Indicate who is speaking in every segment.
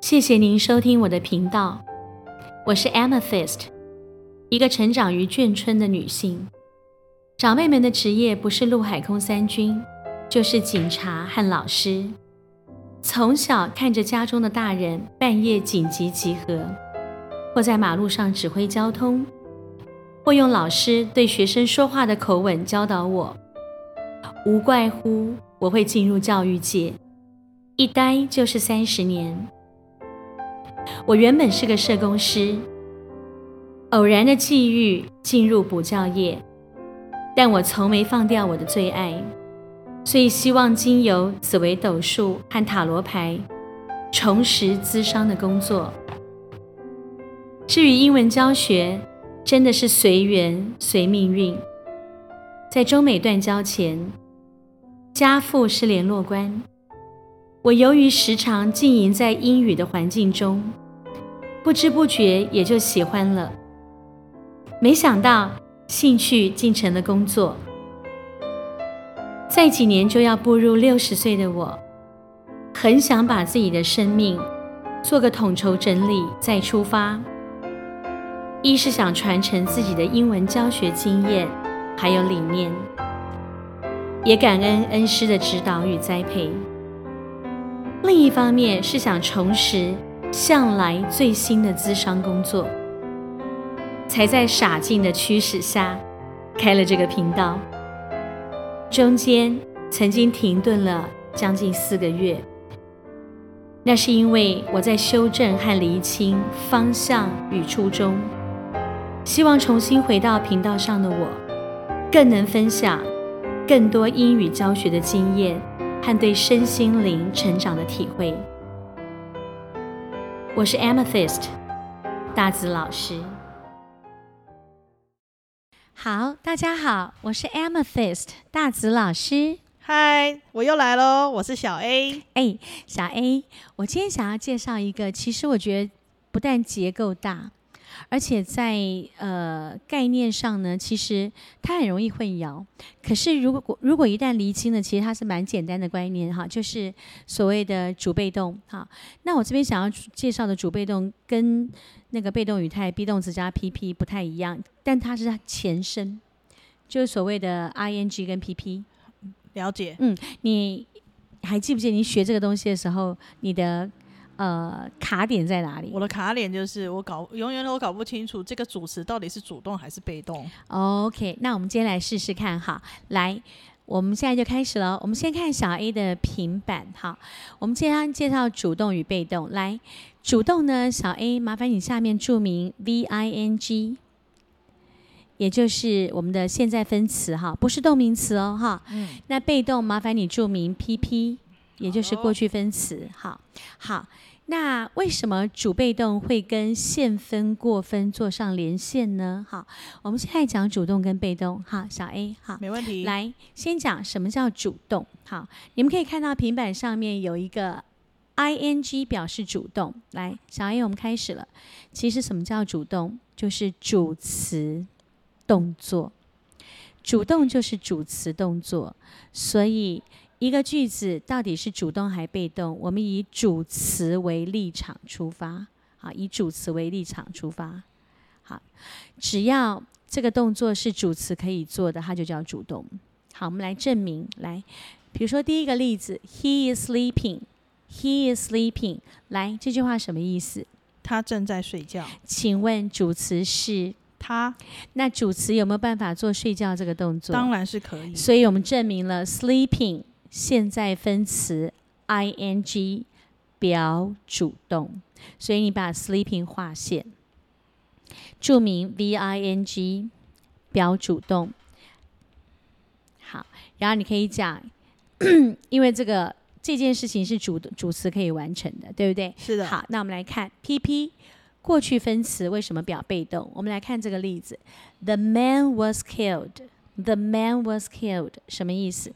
Speaker 1: 谢谢您收听我的频道，我是 Amethyst，一个成长于眷村的女性。长辈们的职业不是陆海空三军，就是警察和老师。从小看着家中的大人半夜紧急集合，或在马路上指挥交通，或用老师对学生说话的口吻教导我，无怪乎我会进入教育界，一待就是三十年。我原本是个社工师，偶然的际遇进入补教业，但我从没放掉我的最爱。所以希望经由紫微斗数和塔罗牌，重拾资商的工作。至于英文教学，真的是随缘随命运。在中美断交前，家父是联络官，我由于时常浸淫在英语的环境中，不知不觉也就喜欢了。没想到兴趣竟成了工作。再几年就要步入六十岁的我，很想把自己的生命做个统筹整理再出发。一是想传承自己的英文教学经验，还有理念，也感恩恩师的指导与栽培。另一方面是想重拾向来最新的资商工作，才在傻劲的驱使下开了这个频道。中间曾经停顿了将近四个月，那是因为我在修正和厘清方向与初衷，希望重新回到频道上的我，更能分享更多英语教学的经验和对身心灵成长的体会。我是 Amethyst 大紫老师。好，大家好，我是 Amethyst 大紫老师。
Speaker 2: 嗨，我又来喽，我是小 A。
Speaker 1: 哎，小 A，我今天想要介绍一个，其实我觉得不但结构大，而且在呃概念上呢，其实它很容易混淆。可是如果如果一旦厘清了，其实它是蛮简单的观念哈，就是所谓的主被动哈。那我这边想要介绍的主被动跟那个被动语态 be 动词加 PP 不太一样，但它是它前身，就是所谓的 ING 跟 PP。
Speaker 2: 了解，
Speaker 1: 你还记不记得你学这个东西的时候，你的呃卡点在哪里
Speaker 2: 我？的卡点就是我搞永远都搞不清楚这个主词到底是主动还是被动。
Speaker 1: OK，那我们今天来试试看哈。来，我们现在就开始了。我们先看小 A 的平板哈。我们今天介绍主动与被动。来，主动呢，小 A 麻烦你下面注明 V I N G，也就是我们的现在分词哈，不是动名词哦哈。
Speaker 2: 嗯，
Speaker 1: 那被动麻烦你注明 PP，也就是
Speaker 2: 好
Speaker 1: 过去分词。好，好。那为什么主被动会跟现分过分做上连线呢？好，我们现在讲主动跟被动。好，小 A，好，
Speaker 2: 没问题。，
Speaker 1: 来先讲什么叫主动。好，你们可以看到平板上面有一个 ing 表示主动。来，小 A，我们开始了。其实什么叫主动？就是主词动作，主动就是主词动作。所以一个句子到底是主动还被动，我们以主词为立场出发。好，以主词为立场出发。好，只要这个动作是主词可以做的，它就叫主动。好，我们来证明。来，比如说第一个例子，He is sleeping。He is sleeping。来，这句话什么意思？
Speaker 2: 他正在睡觉。
Speaker 1: 请问主词是？
Speaker 2: 他
Speaker 1: 那主词有没有办法做睡觉这个动作？
Speaker 2: 当然是可以。
Speaker 1: 所以我们证明了 sleeping 现在分词 ing 表主动，所以你把 sleeping 划线，注明 v i n g 表主动。好，然后你可以讲， 因为这个这件事情是主主词可以完成的，对不对？
Speaker 2: 是的，
Speaker 1: 好，那我们来看 PP 过去分词为什么表被动？我们来看这个例子：The man was killed. The man was killed 什么意思？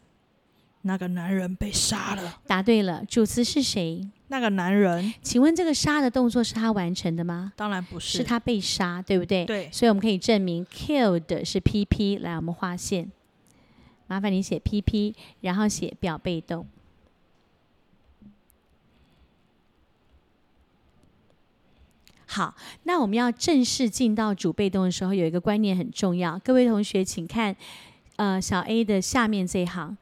Speaker 2: 那个男人被杀了。
Speaker 1: 答对了，主词是谁？
Speaker 2: 那个男人
Speaker 1: 请问这个杀的动作是他完成的吗？
Speaker 2: 当然不
Speaker 1: 是他被杀，对不对？
Speaker 2: 对
Speaker 1: 所以我们可以证明 killed 是 PP。来，我们划线，麻烦你写 PP，然后写表被动。好，那我们要正式进到主被动的时候，有一个观念很重要。各位同学，请看，呃，小 A 的下面这一行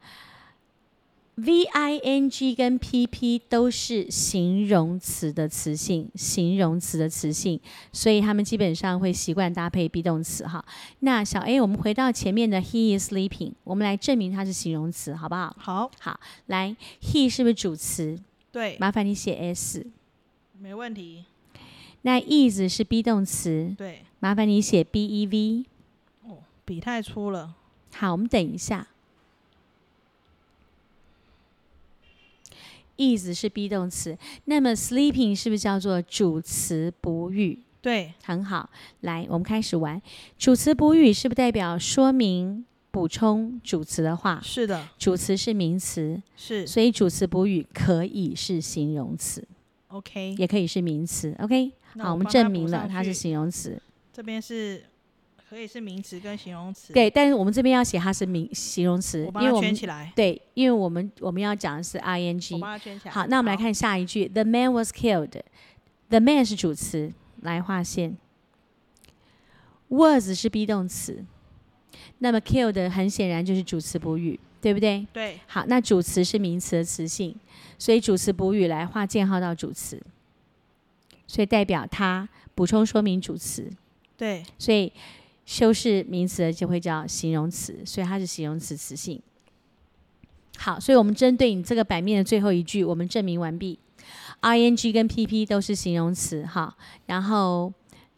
Speaker 1: ，V I N G 跟 P P 都是形容词的词性，形容词的词性，所以他们基本上会习惯搭配 be 动词哈。那小 A，我们回到前面的 He is sleeping，我们来证明它是形容词，好不好？
Speaker 2: 好，
Speaker 1: 好，来，He 是不是主词？
Speaker 2: 对，
Speaker 1: 麻烦你写 S。
Speaker 2: 没问题，
Speaker 1: 那 is 是 be 动词，
Speaker 2: 对，
Speaker 1: 麻烦你写 b e v。
Speaker 2: 哦，笔太粗了，
Speaker 1: 好，我们等一下。is 是 be 动词，那么 sleeping 是不是叫做主词补语？
Speaker 2: 对，
Speaker 1: 很好，来，我们开始玩。主词补语是不是代表说明、补充主词的话？
Speaker 2: 是的，
Speaker 1: 主词是名词，
Speaker 2: 是
Speaker 1: 所以主词补语可以是形容词，
Speaker 2: OK。
Speaker 1: 也可以是名词。OK，
Speaker 2: 那
Speaker 1: 好，我们
Speaker 2: 帮它
Speaker 1: 证
Speaker 2: 补
Speaker 1: 明了
Speaker 2: 上
Speaker 1: 它是
Speaker 2: 去
Speaker 1: 形容词。
Speaker 2: 这边是可以是名词跟形容词，，
Speaker 1: 对，但是我们这边要写它是名形容词，
Speaker 2: 我
Speaker 1: 因
Speaker 2: 帮
Speaker 1: 为
Speaker 2: 它
Speaker 1: 我
Speaker 2: 圈
Speaker 1: 们
Speaker 2: 起来，
Speaker 1: 对，因为我们我们要讲的是
Speaker 2: 我
Speaker 1: ing。
Speaker 2: 帮它圈起来。
Speaker 1: 好，那我们来看下一句，The man was killed。The man 是主词，来划线。Was 是 be 动词，那么 killed 很显然就是主词补语，对不对？
Speaker 2: 对，
Speaker 1: 好，那主词是名词的词性，所以主词补语来划箭号到主词，所以代表它补充说明主词。
Speaker 2: 对，
Speaker 1: 所以修饰名词的就会叫形容词，所以它是形容词词性。好，所以我们针对你这个版面的最后一句，我们证明完毕。ing 跟 pp 都是形容词，哈，然后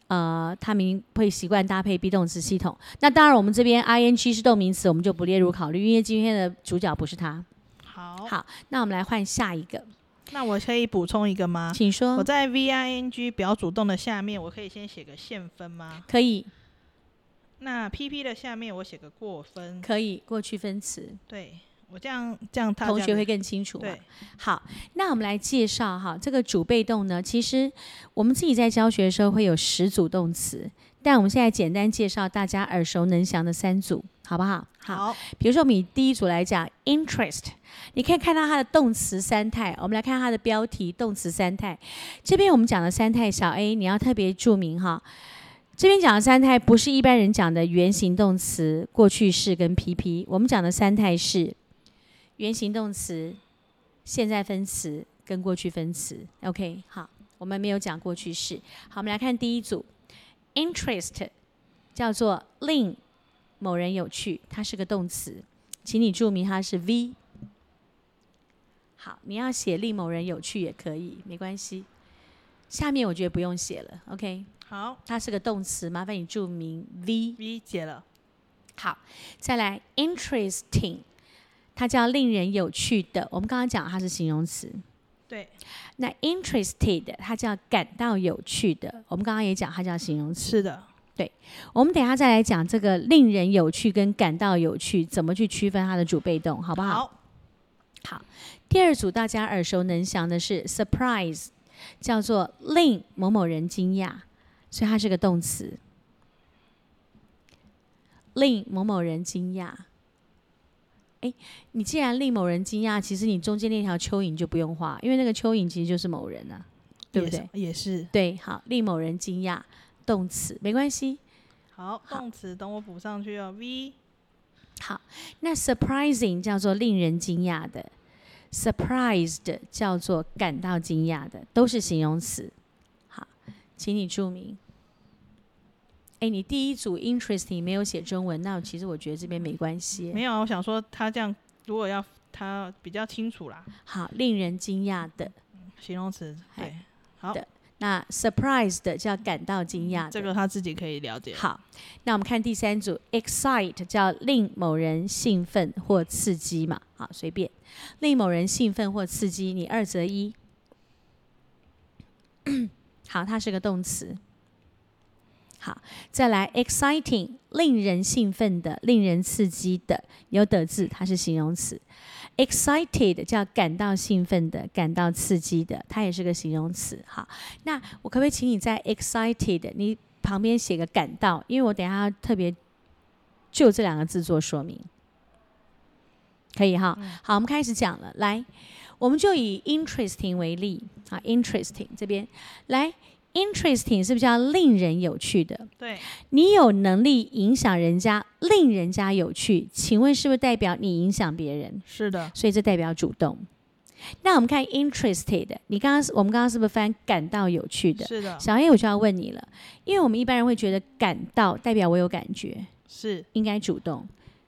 Speaker 1: 呃，他们会习惯搭配 be 动词系统。那当然，我们这边 ing 是动名词，我们就不列入考虑，因为今天的主角不是他。
Speaker 2: 好，
Speaker 1: 好，那我们来换下一个，
Speaker 2: 那我可以补充一个吗？
Speaker 1: 请说。
Speaker 2: 我在 V I N G 表主动的下面，我可以先写个现分吗？
Speaker 1: 可以，
Speaker 2: 那 P P 的下面我写个过分，
Speaker 1: 可以，过去分词，
Speaker 2: 对我这样这样他
Speaker 1: 同学会更清楚嘛？
Speaker 2: 对
Speaker 1: 好，那我们来介绍哈，这个主被动呢，其实我们自己在教学的时候会有十组动词，但我们现在简单介绍大家耳熟能详的三组，好不好？，
Speaker 2: 好
Speaker 1: 比如说我们以第一组来讲，interest，你可以看到它的动词三态，我们来看它的标题，动词三态。这边我们讲的三态，小 A 你要特别注明哈。这边讲的三态不是一般人讲的原形动词、过去式跟 PP，我们讲的三态是原形动词、现在分词跟过去分词。OK，好，我们没有讲过去式。好，我们来看第一组，interest 叫做令某人有趣，它是个动词，请你注明它是 V。好，你要写令某人有趣也可以，没关系。下面我觉得不用写了，OK？
Speaker 2: 好
Speaker 1: 它是个动词，麻烦你注明 V。
Speaker 2: ，V 解了，
Speaker 1: 好，再来 interesting，它叫令人有趣的。我们刚刚讲它是形容词，
Speaker 2: 对
Speaker 1: 那 interested 它叫感到有趣的。我们刚刚也讲它叫形容词。
Speaker 2: 是的，
Speaker 1: 我们等一下再来讲这个令人有趣跟感到有趣怎么去区分它的主被动，好不好？
Speaker 2: 好
Speaker 1: 第二组大家耳熟能详的是 surprise，叫做令某某人惊讶，所以它是个动词，令某某人惊讶。哎，你既然令某人惊讶，其实你中间那条蚯蚓就不用画，因为那个蚯蚓其实就是某人啊，对不对？
Speaker 2: 也是也是
Speaker 1: 对，好，令某人惊讶，动词没关系。
Speaker 2: 好，动词等我补上去哦，V
Speaker 1: 好，那 surprising 叫做令人惊讶的，surprised 叫做感到惊讶的，都是形容词。好，请你注明。哎，你第一组 interesting 没有写中文，那其实我觉得这边没关系。
Speaker 2: 没有啊，我想说他这样如果要他比较清楚啦，
Speaker 1: 好，令人惊讶的，
Speaker 2: 形容词对，
Speaker 1: 哎
Speaker 2: 好
Speaker 1: 的那 surprised 叫感到惊讶的。
Speaker 2: 嗯这个他自己可以了解，
Speaker 1: 好，那我们看第三组，excite 叫令某人兴奋或刺激嘛，好，随便令某人兴奋或刺激，你二择一。 好，它是个动词。好，再来 exciting，令人兴奋的、令人刺激的，有的字，它是形容词。excited 叫感到兴奋的、感到刺激的，它也是个形容词。好，那我可不可以请你在 excited 你旁边写个感到，因为我等一下要特别就这两个字做说明，可以哈。好，我们开始讲了，来，我们就以 interesting 为例啊，interesting 这边来 interesting 是比较令人有趣的。
Speaker 2: 对，
Speaker 1: 你有能力影响人家，令人家有趣，请问是不是代表你影响别人？
Speaker 2: 是的，
Speaker 1: 所以这代表主动。那我们看 interested，你刚刚我们刚刚是不是翻感到有趣的？
Speaker 2: 是的，
Speaker 1: 小 A，我就要问你了，因为我们一般人会觉得感到代表我有感觉，
Speaker 2: 是，
Speaker 1: 应该主动。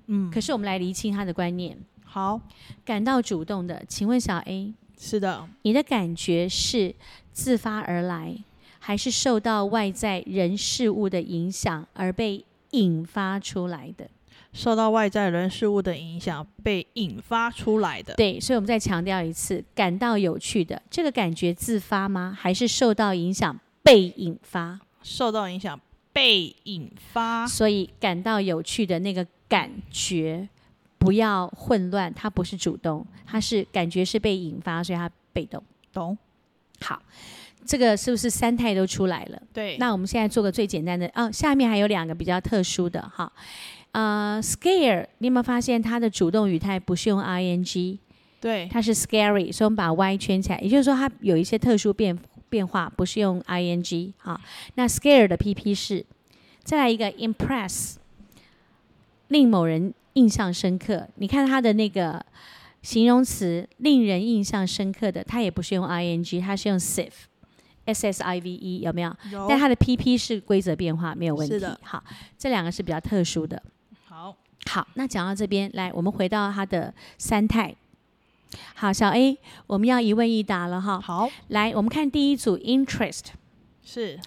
Speaker 2: 嗯，
Speaker 1: 可是我们来厘清他的观念，
Speaker 2: 好，
Speaker 1: 感到主动的，请问小 A，
Speaker 2: 是的，
Speaker 1: 你的感觉是自发而来，还是受到外在人事物的影响而被引发出来的？
Speaker 2: 受到外在人事物的影响被引发出来的。
Speaker 1: 对，所以我们再强调一次，感到有趣的这个感觉自发吗？还是受到影响被引发？
Speaker 2: 受到影响被引发，
Speaker 1: 所以感到有趣的那个感觉，不要混乱，它不是主动，它是感觉是被引发，所以它被动。
Speaker 2: 懂？
Speaker 1: 好，这个是不是三态都出来了？
Speaker 2: 对，
Speaker 1: 那我们现在做个最简单的哦，下面还有两个比较特殊的哈，呃，scare，你有没有发现它的主动语态不是用 ing，
Speaker 2: 对，
Speaker 1: 它是 scary，所以我们把 y 圈起来，也就是说它有一些特殊变变化，不是用 ing 哈。那 scare 的 pp 是，再来一个 impress，令某人印象深刻。你看它的那个形容词，令人印象深刻的，它也不是用 ing，它是用 sive，s s i v e，有没有？
Speaker 2: 有
Speaker 1: 但它的 PP 是规则变化，没有问
Speaker 2: 哦是
Speaker 1: 题
Speaker 2: 的。
Speaker 1: 好，这两个是比较特殊的。
Speaker 2: 好，
Speaker 1: 好，那讲到这边，来，我们回到它的三态。好，小 A，我们要一问一答了哈。
Speaker 2: 好，
Speaker 1: 来，我们看第一组 interest。
Speaker 2: 是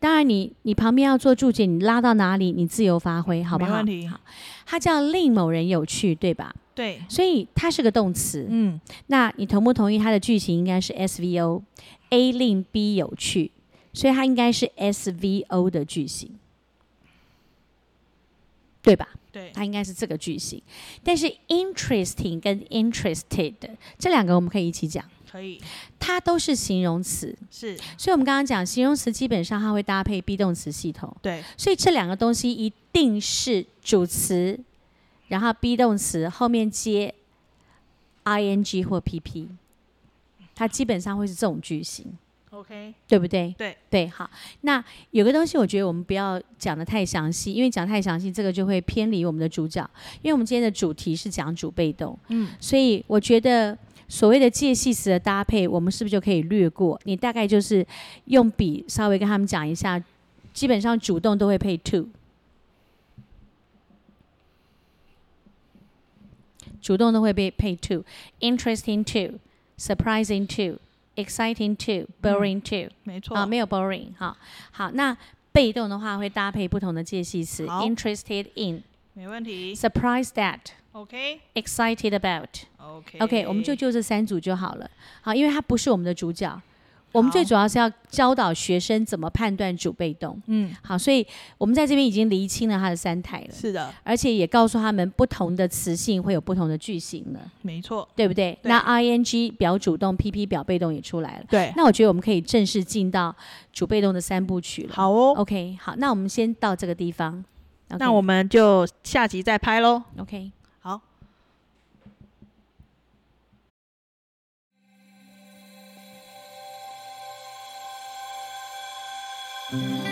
Speaker 1: 当然你，你旁边要做注解，你拉到哪里，你自由发挥，好不好？
Speaker 2: 没问题
Speaker 1: 好，它叫令某人有趣，对吧？
Speaker 2: 对，
Speaker 1: 所以它是个动词。
Speaker 2: 嗯，
Speaker 1: 那你同不同意它的句型应该是 SVO，A 令 B 有趣，所以它应该是 SVO 的句型，对吧？
Speaker 2: 对，
Speaker 1: 它应该是这个句型。但是 interesting 跟 interested 这两个我们可以一起讲，
Speaker 2: 可以，
Speaker 1: 它都是形容词，
Speaker 2: 是，
Speaker 1: 所以我们刚刚讲形容词基本上它会搭配 be 动词系统，
Speaker 2: 对，
Speaker 1: 所以这两个东西一定是主词，然后 be 动词后面接 ing 或 pp，它基本上会是这种句型。
Speaker 2: OK，
Speaker 1: 对不对？
Speaker 2: 对
Speaker 1: 对，好。那有个东西，我觉得我们不要讲的太详细，因为讲太详细，这个就会偏离我们的主角。因为我们今天的主题是讲主被动，
Speaker 2: 嗯，
Speaker 1: 所以我觉得所谓的介系词的搭配，我们是不是就可以略过？你大概就是用笔稍微跟他们讲一下，基本上主动都会配 to，主动都会被配 to，interesting to，surprising to，exciting to，boring to。
Speaker 2: 没错，
Speaker 1: 啊，没有 boring 哈。好，那被动的话会搭配不同的介系词
Speaker 2: 好
Speaker 1: ：interested in、
Speaker 2: 没问题
Speaker 1: surprised at、
Speaker 2: ，OK，OK，
Speaker 1: excited about。
Speaker 2: OK，
Speaker 1: OK，我们就就这三组就好了。好，因为它不是我们的主角，我们最
Speaker 2: 好
Speaker 1: 主要是要教导学生怎么判断主被动。
Speaker 2: 嗯，
Speaker 1: 好，所以我们在这边已经厘清了它的三态了，
Speaker 2: 是的，
Speaker 1: 而且也告诉他们不同的词性会有不同的句型了，
Speaker 2: 没错，
Speaker 1: 对不对？
Speaker 2: 对
Speaker 1: 那 ing 表主动，pp 表被动也出来了。
Speaker 2: 对，
Speaker 1: 那我觉得我们可以正式进到主被动的三部曲了。
Speaker 2: 好哦，
Speaker 1: OK，好，那我们先到这个地方。OK，
Speaker 2: 那我们就下集再拍喽。
Speaker 1: OK。
Speaker 2: 好。
Speaker 3: Thank